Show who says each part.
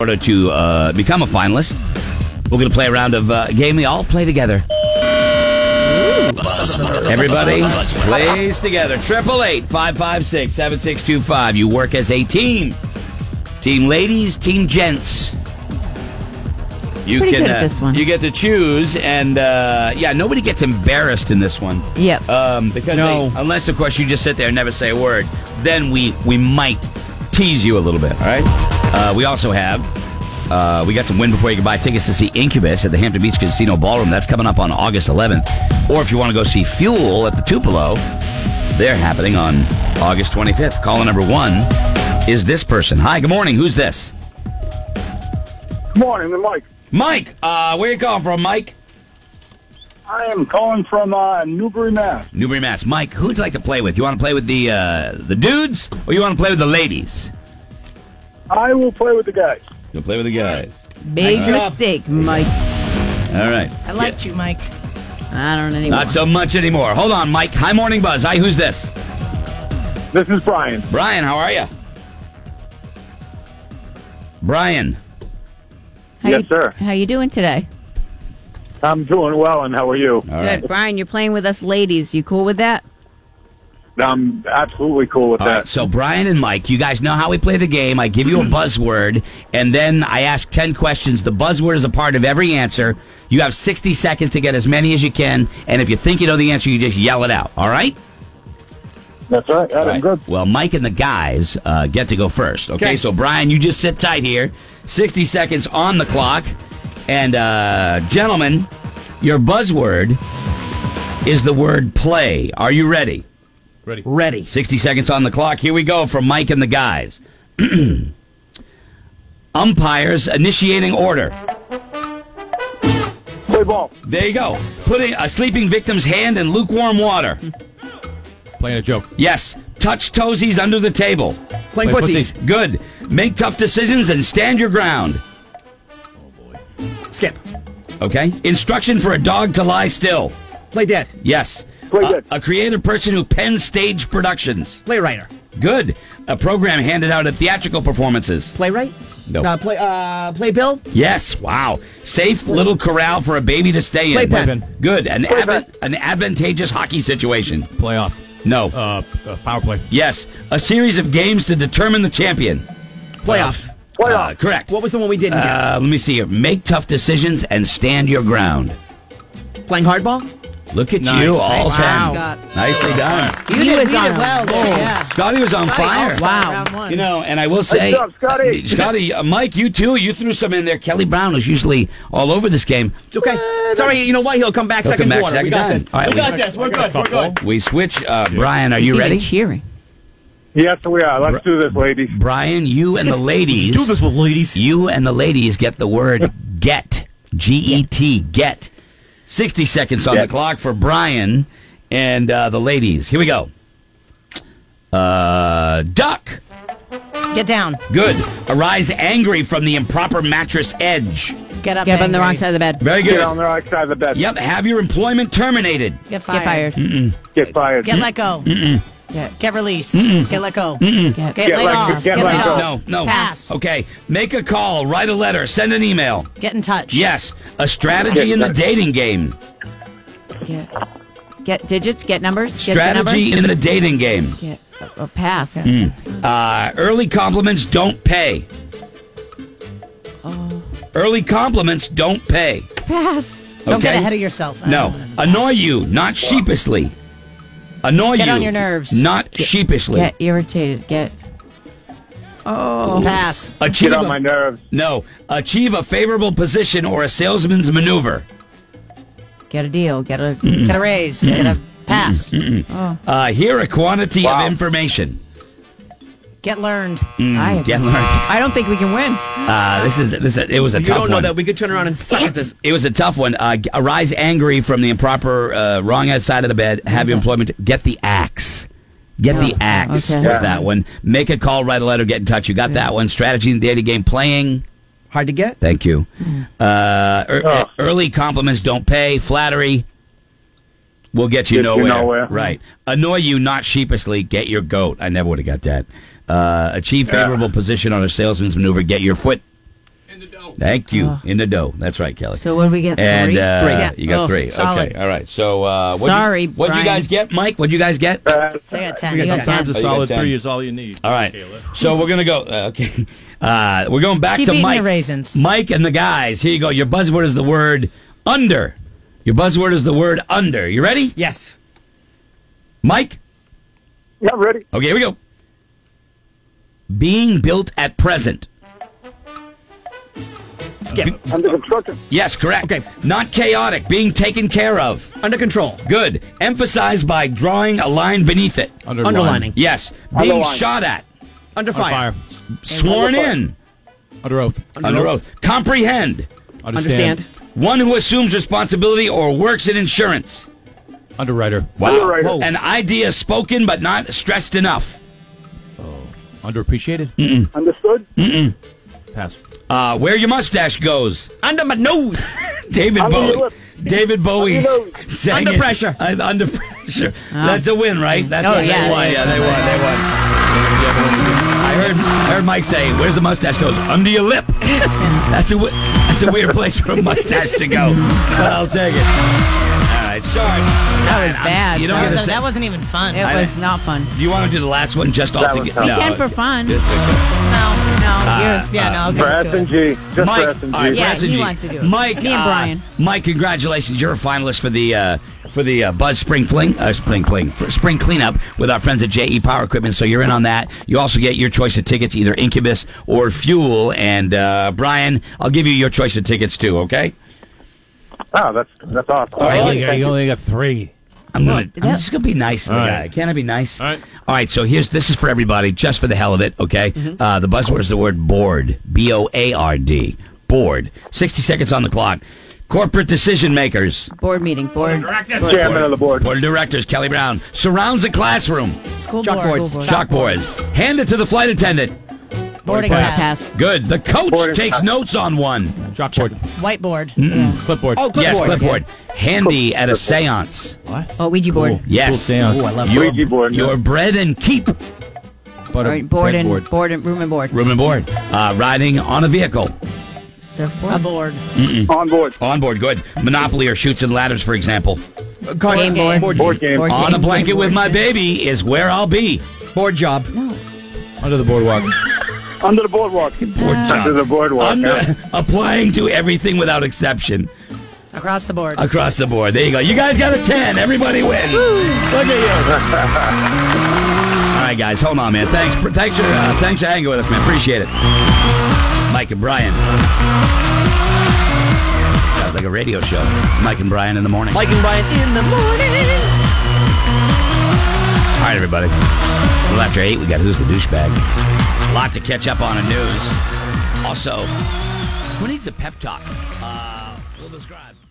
Speaker 1: order to uh, become a finalist, we're going to play a round of uh, game we all play together. Everybody plays together. Triple eight five five six seven six two five. You work as a team. Team ladies, team gents. You
Speaker 2: Pretty
Speaker 1: can uh,
Speaker 2: good at this one.
Speaker 1: you get to choose, and uh, yeah, nobody gets embarrassed in this one.
Speaker 2: Yep.
Speaker 1: Um, because
Speaker 3: No.
Speaker 1: they- unless of course you just sit there and never say a word, then we we might tease you a little bit. All right. Uh, we also have. Uh, we got some win before you can buy tickets to see Incubus at the Hampton Beach Casino Ballroom. That's coming up on August 11th. Or if you want to go see Fuel at the Tupelo, they're happening on August 25th. Caller number one is this person. Hi, good morning. Who's this?
Speaker 4: Morning, Mike.
Speaker 1: Mike. Uh, where you calling from, Mike?
Speaker 4: I am calling from uh, Newbury, Mass.
Speaker 1: Newbury, Mass. Mike, who'd you like to play with? You want to play with the uh, the dudes, or you want to play with the ladies?
Speaker 4: I will play with the guys.
Speaker 1: You'll play with the guys.
Speaker 2: Big
Speaker 1: Nice job.
Speaker 2: mistake, Mike.
Speaker 1: All right.
Speaker 5: I liked you, Mike.
Speaker 2: I don't anymore.
Speaker 1: Not so much anymore. Hold on, Mike. Hi, Morning Buzz. Hi, who's this?
Speaker 4: This is Brian.
Speaker 1: Brian, how are you? Brian.
Speaker 2: how
Speaker 4: yes,
Speaker 2: you,
Speaker 4: sir.
Speaker 2: How you doing today?
Speaker 4: I'm doing well, and how are you?
Speaker 1: All
Speaker 2: Good,
Speaker 1: right.
Speaker 2: Brian. You're playing with us, ladies. You cool with that?
Speaker 4: I'm absolutely cool with
Speaker 1: All
Speaker 4: that.
Speaker 1: right, so Brian and Mike, you guys know how we play the game. I give you a buzzword, and then I ask 10 questions. The buzzword is a part of every answer. You have 60 seconds to get as many as you can, and if you think you know the answer, you just yell it out, all right?
Speaker 4: That's right. That is good.
Speaker 1: Well, Mike and the guys uh, get to go first. Okay?
Speaker 3: Okay.
Speaker 1: so Brian, you just sit tight here. 60 seconds on the clock. And, uh, gentlemen, your buzzword is the word play. Are you ready?
Speaker 3: Ready.
Speaker 1: Ready. 60 seconds on the clock. Here we go from Mike and the guys. Umpires initiating order.
Speaker 4: Play ball.
Speaker 1: There you go. Putting a sleeping victim's hand in lukewarm water.
Speaker 3: Playing a joke.
Speaker 1: Yes. Touch toesies under the table.
Speaker 3: Playing
Speaker 1: Play
Speaker 3: footsies.
Speaker 1: Good. Make tough decisions and stand your ground.
Speaker 3: Skip.
Speaker 1: Okay. Instruction for a dog to lie still.
Speaker 3: Play dead.
Speaker 1: Yes.
Speaker 4: Play
Speaker 1: a,
Speaker 4: dead.
Speaker 1: a creative person who pens stage productions.
Speaker 3: Play writer.
Speaker 1: Good. A program handed out at theatrical performances.
Speaker 3: Playwright?
Speaker 1: No.
Speaker 3: Uh, play, uh, play Bill?
Speaker 1: Yes. Wow. Safe little corral for a baby to stay in.
Speaker 3: Playpen.
Speaker 1: Good. An,
Speaker 4: Playpen.
Speaker 1: advan- an advantageous hockey situation.
Speaker 3: Playoff.
Speaker 1: No.
Speaker 3: Uh, uh, power play.
Speaker 1: yes. A series of games to determine the champion.
Speaker 3: Playoffs.
Speaker 4: Play
Speaker 1: Uh,
Speaker 4: off.
Speaker 1: correct.
Speaker 3: What was the one we didn't
Speaker 1: Uh, let me see here. Make tough decisions and stand your ground.
Speaker 3: get? Playing hardball?
Speaker 1: Look at
Speaker 3: Nice.
Speaker 1: you, all
Speaker 3: Nice
Speaker 1: ten.
Speaker 5: job, Scott.
Speaker 1: Nicely done.
Speaker 2: You did
Speaker 5: lead
Speaker 2: on
Speaker 5: it
Speaker 2: a
Speaker 5: well.
Speaker 2: roll.
Speaker 5: Yeah.
Speaker 1: Scotty was on fire.
Speaker 2: Wow.
Speaker 5: Round one.
Speaker 1: You know, and I will say,
Speaker 4: job, Scotty.
Speaker 1: uh, Scotty, uh, Mike, you too. You threw some in there. Kelly Brown was usually all over this game.
Speaker 3: It's okay. Sorry, you know what? He'll come back
Speaker 1: uh, He'll come
Speaker 3: second
Speaker 1: back
Speaker 3: quarter.
Speaker 1: second
Speaker 3: we got
Speaker 1: time.
Speaker 3: this.
Speaker 1: All right,
Speaker 3: we
Speaker 1: we-
Speaker 3: got this. We're good. We're good.
Speaker 1: We switch. Uh, Brian, are you
Speaker 2: Even
Speaker 1: ready?
Speaker 2: Cheering.
Speaker 4: Yes, we are. Let's
Speaker 1: Br-
Speaker 4: do this, ladies.
Speaker 1: Brian, you and the ladies.
Speaker 3: with ladies.
Speaker 1: You and the ladies get the word get. G E T, get. 60 seconds on the
Speaker 4: Get.
Speaker 1: clock for Brian and uh, the ladies. Here we go. Uh, duck.
Speaker 5: Get down.
Speaker 1: Good. Arise angry from the improper mattress edge.
Speaker 5: Get up.
Speaker 2: Get up on the
Speaker 5: angry.
Speaker 2: wrong side of the bed.
Speaker 1: Very good.
Speaker 4: Get on the right side of the bed.
Speaker 1: Yep. Have your employment terminated.
Speaker 5: Get fired.
Speaker 2: Get fired.
Speaker 1: Mm.
Speaker 4: Get fired.
Speaker 5: Get let go.
Speaker 2: Get,
Speaker 5: Get released. Get let go.
Speaker 2: get,
Speaker 5: Get,
Speaker 4: Get
Speaker 5: laid
Speaker 4: let-
Speaker 5: off.
Speaker 4: get let
Speaker 5: Get, laid
Speaker 4: go.
Speaker 5: off.
Speaker 1: No, no.
Speaker 5: Pass.
Speaker 1: Okay. Make a call, write a letter, send an email.
Speaker 5: Get in touch.
Speaker 1: Yes. A strategy in the dating game.
Speaker 2: get, get digits. Get numbers.
Speaker 1: Strategy
Speaker 2: Get
Speaker 1: in the dating game.
Speaker 2: the number. Get a, a pass.
Speaker 1: Uh, early compliments don't pay.
Speaker 5: Oh.
Speaker 1: Early compliments don't pay.
Speaker 2: Pass.
Speaker 5: Don't get
Speaker 1: Okay.
Speaker 5: ahead of yourself. Uh, I
Speaker 1: No.
Speaker 5: don't wanna-
Speaker 1: Annoy you, not sheepishly. Annoy
Speaker 5: Get
Speaker 1: you.
Speaker 5: on your nerves.
Speaker 1: Not sheepishly.
Speaker 2: Get irritated. Get
Speaker 5: Pass.
Speaker 1: Achieve
Speaker 4: Get on
Speaker 1: a-
Speaker 4: my nerves.
Speaker 1: No. Achieve a favorable position or a salesman's maneuver.
Speaker 2: get a deal. Get a
Speaker 1: Mm-hmm.
Speaker 5: Get a raise. Get a pass.
Speaker 1: Uh, hear a quantity
Speaker 4: Wow.
Speaker 1: of information.
Speaker 5: Get learned.
Speaker 2: I have-
Speaker 1: Get learned.
Speaker 2: I don't think we can win.
Speaker 1: Uh, this is this. Is, it was a
Speaker 3: You
Speaker 1: tough
Speaker 3: don't know
Speaker 1: one.
Speaker 3: that. We could turn around and suck at this.
Speaker 1: it was a tough one. Uh, g- arise angry from the improper, uh, wrong side of the bed. Have
Speaker 2: Mm-hmm.
Speaker 1: your employment. Get the axe. Get the axe
Speaker 2: Oh, okay.
Speaker 1: was
Speaker 4: Yeah.
Speaker 1: that one. Make a call, write a letter, get in touch. You got that one. Strategy in the dating game playing.
Speaker 3: Hard to get?
Speaker 1: Thank you.
Speaker 2: Mm.
Speaker 1: Uh, er-
Speaker 4: Ugh.
Speaker 1: Early compliments don't pay. Flattery will get you,
Speaker 4: Get you
Speaker 1: nowhere.
Speaker 4: nowhere.
Speaker 1: Right. Annoy you not sheepishly. Get your goat. I never would have got that. Uh, achieve favorable position on a salesman's maneuver. Get your foot. Thank you. In the dough. That's right, Kelly.
Speaker 2: Oh. So what did we get?
Speaker 1: and
Speaker 2: three?
Speaker 1: uh,
Speaker 2: Yeah.
Speaker 1: you got
Speaker 2: Oh,
Speaker 1: three.
Speaker 5: solid.
Speaker 1: Okay. All right. So uh, what
Speaker 2: Sorry,
Speaker 1: What you
Speaker 2: Brian.
Speaker 1: guys get, Mike? What you guys get?
Speaker 5: They got
Speaker 2: We
Speaker 5: ten.
Speaker 2: got ten.
Speaker 6: Sometimes
Speaker 1: Oh,
Speaker 6: a
Speaker 1: you got
Speaker 6: solid
Speaker 1: ten.
Speaker 6: three is all you need.
Speaker 1: All right. So we're gonna go. Uh, okay. Uh, we're going back
Speaker 5: Keep
Speaker 1: to
Speaker 5: eating
Speaker 1: Mike.
Speaker 5: your raisins.
Speaker 1: Mike and the guys. Here you go. Your buzzword is the word under. Your buzzword is the word under. You ready,
Speaker 3: Yes.
Speaker 1: Mike?
Speaker 4: Yeah, I'm ready.
Speaker 1: Okay. Here we go. Being built at present. Skip.
Speaker 4: Under construction.
Speaker 1: Yes, correct.
Speaker 3: Okay.
Speaker 1: Not chaotic. Being taken care of.
Speaker 3: Under control.
Speaker 1: Good. Emphasized by drawing a line beneath it.
Speaker 3: Underlining.
Speaker 1: Yes. Being
Speaker 4: Underlined.
Speaker 1: shot at.
Speaker 3: Under fire.
Speaker 1: Sworn in.
Speaker 6: Under oath.
Speaker 1: Under oath. Comprehend.
Speaker 3: Understand.
Speaker 1: One who assumes responsibility or works in insurance.
Speaker 6: Underwriter.
Speaker 4: Underwriter.
Speaker 3: Whoa.
Speaker 1: An idea spoken but not stressed enough.
Speaker 6: Underappreciated.
Speaker 4: Understood.
Speaker 6: Pass.
Speaker 1: Uh, where your mustache goes.
Speaker 3: Under my nose.
Speaker 1: David
Speaker 4: Under your
Speaker 1: Bowie.
Speaker 4: lip.
Speaker 1: David Bowie
Speaker 4: Under your
Speaker 1: sang
Speaker 3: Under
Speaker 1: it.
Speaker 3: pressure.
Speaker 1: Uh, under pressure. That's a win, right? That's
Speaker 2: Oh,
Speaker 1: they
Speaker 2: yeah.
Speaker 1: won. Yeah, they won. They won. I heard I heard Mike say, "Where's the mustache goes under your lip." that's a wi- that's a weird place for a mustache to go, but I'll take it. All right, sorry. That
Speaker 2: was bad.
Speaker 1: You don't
Speaker 2: That
Speaker 1: get
Speaker 2: was-
Speaker 1: to say-
Speaker 5: That wasn't even fun.
Speaker 2: It was not fun.
Speaker 1: Do you want to do the last one just all
Speaker 4: That was
Speaker 1: together?
Speaker 4: fun.
Speaker 2: We can for fun.
Speaker 1: Just-
Speaker 5: No,
Speaker 2: No,
Speaker 5: no.
Speaker 2: you're-
Speaker 5: Yeah, no. Okay,
Speaker 4: Brass
Speaker 5: let's do
Speaker 4: and
Speaker 5: it.
Speaker 4: G. Just
Speaker 1: Mike,
Speaker 4: brass and G.
Speaker 1: all right,
Speaker 2: Yeah,
Speaker 1: Brass and
Speaker 2: he
Speaker 1: G.
Speaker 2: wants to do it.
Speaker 1: Mike,
Speaker 2: Me and
Speaker 1: uh,
Speaker 2: Brian.
Speaker 1: Mike, congratulations! You're a finalist for the uh, for the uh, Buzz Spring Fling, uh, Spring Fling, for Spring Cleanup with our friends at JE Power Equipment. So you're in on that. You also get your choice of tickets, either Incubus or Fuel. And uh, Brian, I'll give you your choice of tickets too. Okay.
Speaker 4: Oh, that's that's awesome.
Speaker 1: right,
Speaker 4: Thank
Speaker 1: you
Speaker 4: you.
Speaker 6: only got three.
Speaker 1: I'm gonna.
Speaker 2: Look,
Speaker 1: I'm
Speaker 2: that-
Speaker 1: just gonna be nice to the
Speaker 6: All
Speaker 1: guy.
Speaker 6: right.
Speaker 1: Can I be nice?
Speaker 6: All right.
Speaker 1: All right. So here's this is for everybody, just for the hell of it. Okay. Uh, the buzzword is the word board. B o a r d. Board. Sixty seconds on the clock. Corporate decision makers,
Speaker 2: Board meeting. Board.
Speaker 4: Chairman of the board.
Speaker 1: board of directors, Kelly Brown, surrounds the classroom.
Speaker 5: School
Speaker 3: Chalkboards.
Speaker 5: board.
Speaker 2: School board.
Speaker 1: Chalkboards. Hand it to the flight attendant.
Speaker 5: Boarding
Speaker 6: Pass.
Speaker 5: pass.
Speaker 1: Good. The coach
Speaker 4: Board is-
Speaker 1: takes notes on one.
Speaker 6: Chalkboard.
Speaker 5: Whiteboard.
Speaker 6: Clipboard.
Speaker 3: Oh, clipboard.
Speaker 1: Yes, clipboard. Handy at a seance.
Speaker 2: Oh, Ouija board.
Speaker 6: Cool
Speaker 1: Yes.
Speaker 6: seance.
Speaker 3: Ooh, I love
Speaker 1: Your,
Speaker 4: Ouija board.
Speaker 1: your bread and keep.
Speaker 6: Butter-
Speaker 2: All right, board and
Speaker 6: breadboard.
Speaker 2: board and room and board.
Speaker 1: Room and board. Uh, riding on a vehicle.
Speaker 5: A
Speaker 2: Surfboard.
Speaker 5: board.
Speaker 4: On board.
Speaker 1: On board, good. Monopoly or shoots and ladders, for example.
Speaker 3: Uh, card-
Speaker 5: Game board.
Speaker 3: Board,
Speaker 4: Board game.
Speaker 2: Board
Speaker 1: On
Speaker 2: game.
Speaker 1: a blanket with my
Speaker 2: Board.
Speaker 1: baby is where I'll be.
Speaker 3: board job.
Speaker 6: Under the boardwalk.
Speaker 4: Under the boardwalk.
Speaker 1: Board
Speaker 4: Under the
Speaker 1: job.
Speaker 4: boardwalk. yeah.
Speaker 1: Under, applying to everything without exception
Speaker 5: Across the board.
Speaker 1: across the board. There you go. You guys got a 10. Everybody wins. Look at you. All right, guys, hold on, man. Thanks, for, thanks for uh, thanks for hanging with us, man. Appreciate it. Mike and Brian. Sounds like a radio show. Mike and Brian in the morning.
Speaker 3: Mike and Brian in the morning.
Speaker 1: All right, everybody. Well, after eight, we got Who's the Douchebag? A lot to catch up on in news. Also, who needs a pep talk? Uh, we'll describe.